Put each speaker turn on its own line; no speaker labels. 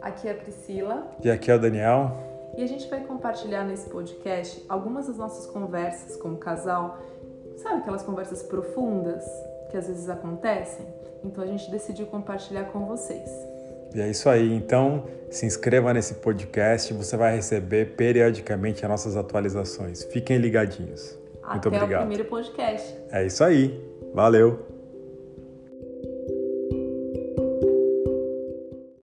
Aqui é a Priscila
E aqui é o Daniel.
e a gente vai compartilhar nesse podcast algumas das nossas conversas como casal. Sabe aquelas conversas profundas que às vezes acontecem? Então a gente decidiu compartilhar com vocês.
E é isso aí. Então, se inscreva nesse podcast, você vai receber periodicamente as nossas atualizações. Fiquem ligadinhos.
Até
Muito
o
obrigado.
primeiro podcast.
É isso aí. Valeu.